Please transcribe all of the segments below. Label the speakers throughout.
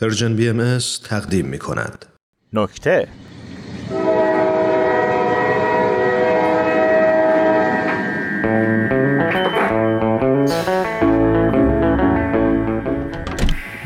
Speaker 1: پرژن بی ام از تقدیم می کند.
Speaker 2: نکته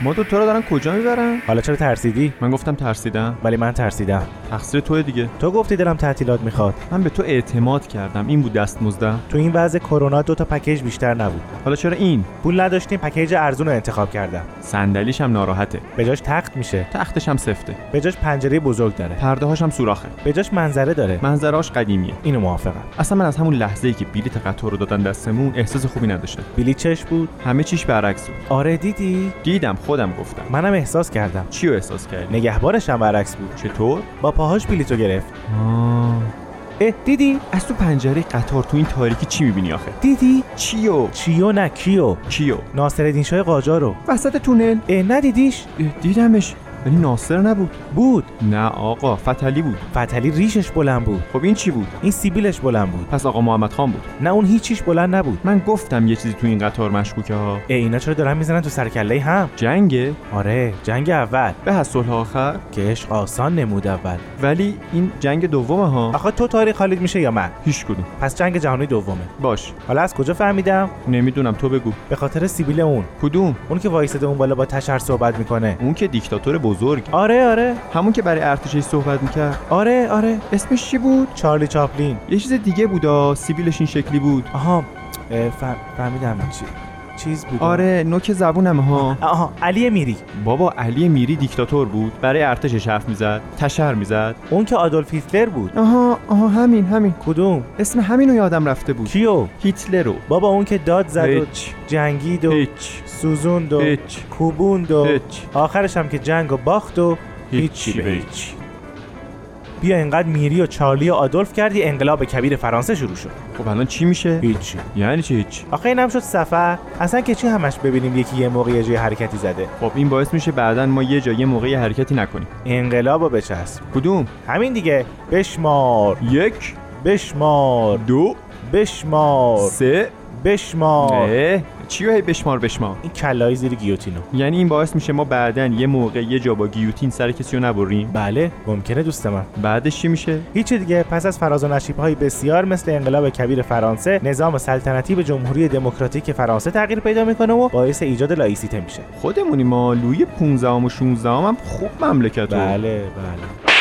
Speaker 3: مادر تو رو دارن کجا میبرن؟
Speaker 2: حالا چرا ترسیدی؟
Speaker 3: من گفتم ترسیدم
Speaker 2: ولی من ترسیدم
Speaker 3: تقصیر تو دیگه
Speaker 2: تو گفتی دلم تعطیلات میخواد
Speaker 3: من به تو اعتماد کردم این بود دستمزدم
Speaker 2: تو این وضع کرونا دو تا پکیج بیشتر نبود
Speaker 3: حالا چرا این
Speaker 2: پول نداشتیم پکیج ارزون رو انتخاب کردم
Speaker 3: صندلیش هم ناراحته
Speaker 2: بجاش تخت میشه
Speaker 3: تختش هم سفته
Speaker 2: بجاش پنجره بزرگ داره
Speaker 3: پرده هاش هم سوراخه
Speaker 2: بجاش منظره داره
Speaker 3: منظراش قدیمیه
Speaker 2: اینو موافقم
Speaker 3: اصلا من از همون لحظه ای که بلیت قطار رو دادن دستمون احساس خوبی نداشتم
Speaker 2: بیلی چش بود
Speaker 3: همه چیش برعکس بود
Speaker 2: آره دیدی
Speaker 3: دیدم خودم گفتم
Speaker 2: منم احساس کردم
Speaker 3: چی رو احساس کردی
Speaker 2: نگهبانش هم برعکس بود
Speaker 3: چطور
Speaker 2: با پاهاش بلیتو گرفت
Speaker 3: آه.
Speaker 2: اه دیدی
Speaker 3: از تو پنجره قطار تو این تاریکی چی میبینی آخه
Speaker 2: دیدی
Speaker 3: چیو
Speaker 2: چیو نه کیو
Speaker 3: چیو
Speaker 2: ناصرالدین شاه قاجار رو
Speaker 3: وسط تونل
Speaker 2: اه ندیدیش
Speaker 3: اه، دیدمش ولی ناصر نبود
Speaker 2: بود
Speaker 3: نه آقا فتلی بود
Speaker 2: فتلی ریشش بلند بود
Speaker 3: خب این چی بود
Speaker 2: این سیبیلش بلند بود
Speaker 3: پس آقا محمد خان بود
Speaker 2: نه اون هیچیش بلند نبود
Speaker 3: من گفتم یه چیزی تو این قطار مشکوکه ها
Speaker 2: ای اینا چرا دارن میزنن تو سرکله هم
Speaker 3: جنگه
Speaker 2: آره جنگ اول
Speaker 3: به از صلح آخر
Speaker 2: که عشق آسان نمود اول
Speaker 3: ولی این جنگ دومه ها
Speaker 2: آخه تو تاریخ خالد میشه یا من
Speaker 3: هیچ کدوم
Speaker 2: پس جنگ جهانی دومه
Speaker 3: باش
Speaker 2: حالا از کجا فهمیدم
Speaker 3: نمیدونم تو بگو
Speaker 2: به خاطر سیبیل اون
Speaker 3: کدوم
Speaker 2: اون که وایساده اون بالا با تشر صحبت میکنه
Speaker 3: اون که دیکتاتور بزرگ
Speaker 2: آره آره
Speaker 3: همون که برای ارتشش صحبت میکرد
Speaker 2: آره آره
Speaker 3: اسمش چی بود
Speaker 2: چارلی چاپلین
Speaker 3: یه چیز دیگه بودا سیبیلش این شکلی بود
Speaker 2: آها اه، فهم- فهمیدم چی چیز بود
Speaker 3: آره نوک زبونم ها
Speaker 2: آها علی میری
Speaker 3: بابا علی میری دیکتاتور بود برای ارتشش حرف میزد تشر میزد
Speaker 2: اون که آدولف هیتلر بود
Speaker 3: آها آها همین همین
Speaker 2: کدوم
Speaker 3: اسم همینو یادم رفته بود
Speaker 2: کیو
Speaker 3: هیتلر رو
Speaker 2: بابا اون که داد زد و
Speaker 3: هیچ
Speaker 2: جنگید و
Speaker 3: هیچ
Speaker 2: سوزوند و
Speaker 3: هیچ
Speaker 2: کوبوند و
Speaker 3: هیچ
Speaker 2: آخرش هم که جنگ و باخت و هیچی به هیچ بیا اینقدر میری و چارلی و آدولف کردی انقلاب کبیر فرانسه شروع شد
Speaker 3: خب الان چی میشه
Speaker 2: هیچی
Speaker 3: یعنی چی هیچ
Speaker 2: آخه اینم شد سفر اصلا که چی همش ببینیم یکی یه موقع یه جای حرکتی زده
Speaker 3: خب این باعث میشه بعدا ما یه جای یه موقعی حرکتی نکنیم
Speaker 2: انقلاب و بچسب
Speaker 3: کدوم
Speaker 2: همین دیگه بشمار
Speaker 3: یک
Speaker 2: بشمار
Speaker 3: دو
Speaker 2: بشمار
Speaker 3: سه
Speaker 2: بشمار
Speaker 3: اه، چی رو هی بشمار بشمار
Speaker 2: این کلای زیر گیوتینو
Speaker 3: یعنی این باعث میشه ما بعدا یه موقع یه جا با گیوتین سر کسی رو نبریم
Speaker 2: بله ممکنه دوست من
Speaker 3: بعدش چی میشه
Speaker 2: هیچی دیگه پس از فراز و نشیب های بسیار مثل انقلاب کبیر فرانسه نظام سلطنتی به جمهوری دموکراتیک فرانسه تغییر پیدا میکنه و باعث ایجاد لایسیته میشه
Speaker 3: خودمونی ما لوی 15 و 16 هم خوب مملکت رو
Speaker 2: بله بله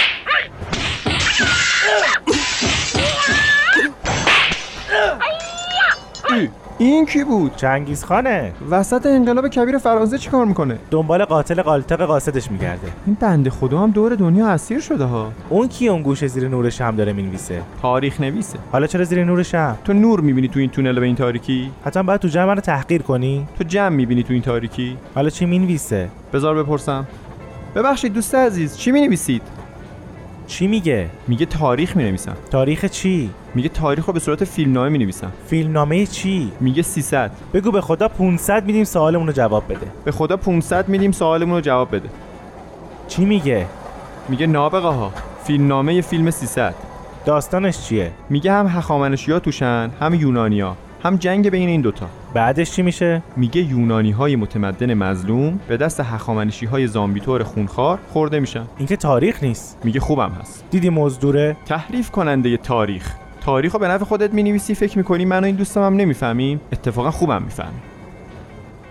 Speaker 3: ای، این کی بود
Speaker 2: چنگیز خانه
Speaker 3: وسط انقلاب کبیر فرانسه چیکار میکنه
Speaker 2: دنبال قاتل قالتاق قاصدش میگرده
Speaker 3: این بنده خدا هم دور دنیا اسیر شده ها
Speaker 2: اون کی اون گوشه زیر نور شم داره مینویسه
Speaker 3: تاریخ نویسه
Speaker 2: حالا چرا زیر نور شم
Speaker 3: تو نور میبینی تو این تونل به این تاریکی
Speaker 2: حتما باید تو جمع رو تحقیر کنی
Speaker 3: تو جمع میبینی تو این تاریکی
Speaker 2: حالا چی مینویسه
Speaker 3: بذار بپرسم ببخشید دوست عزیز چی می نویسید؟
Speaker 2: چی میگه
Speaker 3: میگه تاریخ می نویسم
Speaker 2: تاریخ چی
Speaker 3: میگه تاریخ رو به صورت فیلمنامه می نویسم
Speaker 2: فیلمنامه چی
Speaker 3: میگه 300
Speaker 2: بگو به خدا 500 میدیم سوالمون رو جواب بده
Speaker 3: به خدا 500 میدیم سوالمون رو جواب بده
Speaker 2: چی میگه
Speaker 3: میگه نابغه ها فیلمنامه ی فیلم 300
Speaker 2: داستانش چیه
Speaker 3: میگه هم هخامنشیا توشن هم یونانیا هم جنگ بین این دوتا
Speaker 2: بعدش چی میشه
Speaker 3: میگه یونانی های متمدن مظلوم به دست هخامنشی های زامبیتور خونخوار خورده میشن
Speaker 2: اینکه تاریخ نیست
Speaker 3: میگه خوبم هست
Speaker 2: دیدی مزدوره
Speaker 3: تحریف کننده ی تاریخ تاریخ رو به نفع خودت می نویسی فکر میکنی من و این دوستم هم نمیفهمیم اتفاقا خوبم میفهمیم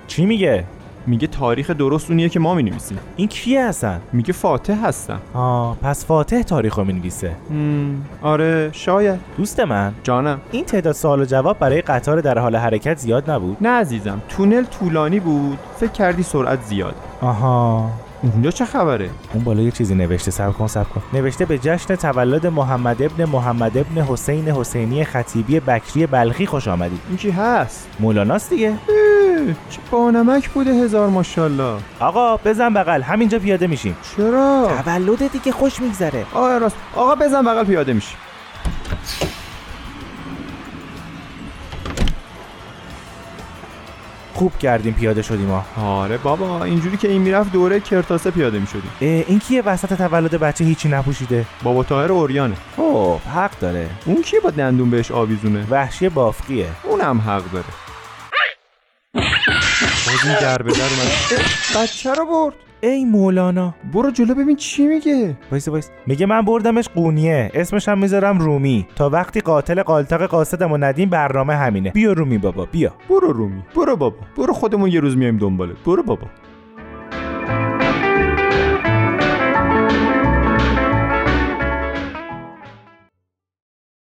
Speaker 2: چی میگه
Speaker 3: میگه تاریخ درست اونیه که ما می نویسیم
Speaker 2: این کیه اصلا
Speaker 3: میگه فاتح هستم
Speaker 2: آه پس فاتح تاریخ رو مینویسه
Speaker 3: مم، آره شاید
Speaker 2: دوست من
Speaker 3: جانم
Speaker 2: این تعداد سوال و جواب برای قطار در حال حرکت زیاد نبود
Speaker 3: نه عزیزم تونل طولانی بود فکر کردی سرعت زیاد
Speaker 2: آها
Speaker 3: اونجا چه خبره
Speaker 2: اون بالا یه چیزی نوشته سب کن سب کن نوشته به جشن تولد محمد ابن محمد ابن حسین حسینی خطیبی بکری بلخی خوش آمدید
Speaker 3: این کی هست
Speaker 2: مولاناست دیگه
Speaker 3: اه، چه بانمک بوده هزار ماشاءالله
Speaker 2: آقا بزن بغل همینجا پیاده میشیم
Speaker 3: چرا
Speaker 2: تولد دیگه خوش میگذره
Speaker 3: آه راست آقا بزن بغل پیاده میشه
Speaker 2: خوب کردیم پیاده شدیم ما
Speaker 3: آره بابا اینجوری که این میرفت دوره کرتاسه پیاده میشدیم
Speaker 2: این کیه وسط تولد بچه هیچی نپوشیده
Speaker 3: بابا تاهر اوریانه
Speaker 2: خب حق داره
Speaker 3: اون کیه با دندون بهش آویزونه
Speaker 2: وحشی بافقیه
Speaker 3: اونم حق داره باز این در به در اومد اه، بچه رو برد
Speaker 2: ای مولانا
Speaker 3: برو جلو ببین چی میگه
Speaker 2: وایس وایس میگه من بردمش قونیه اسمش هم میذارم رومی تا وقتی قاتل قالتاق قاصدم و ندیم برنامه همینه بیا رومی بابا بیا
Speaker 3: برو رومی برو بابا برو خودمون یه روز میایم دنبالت برو بابا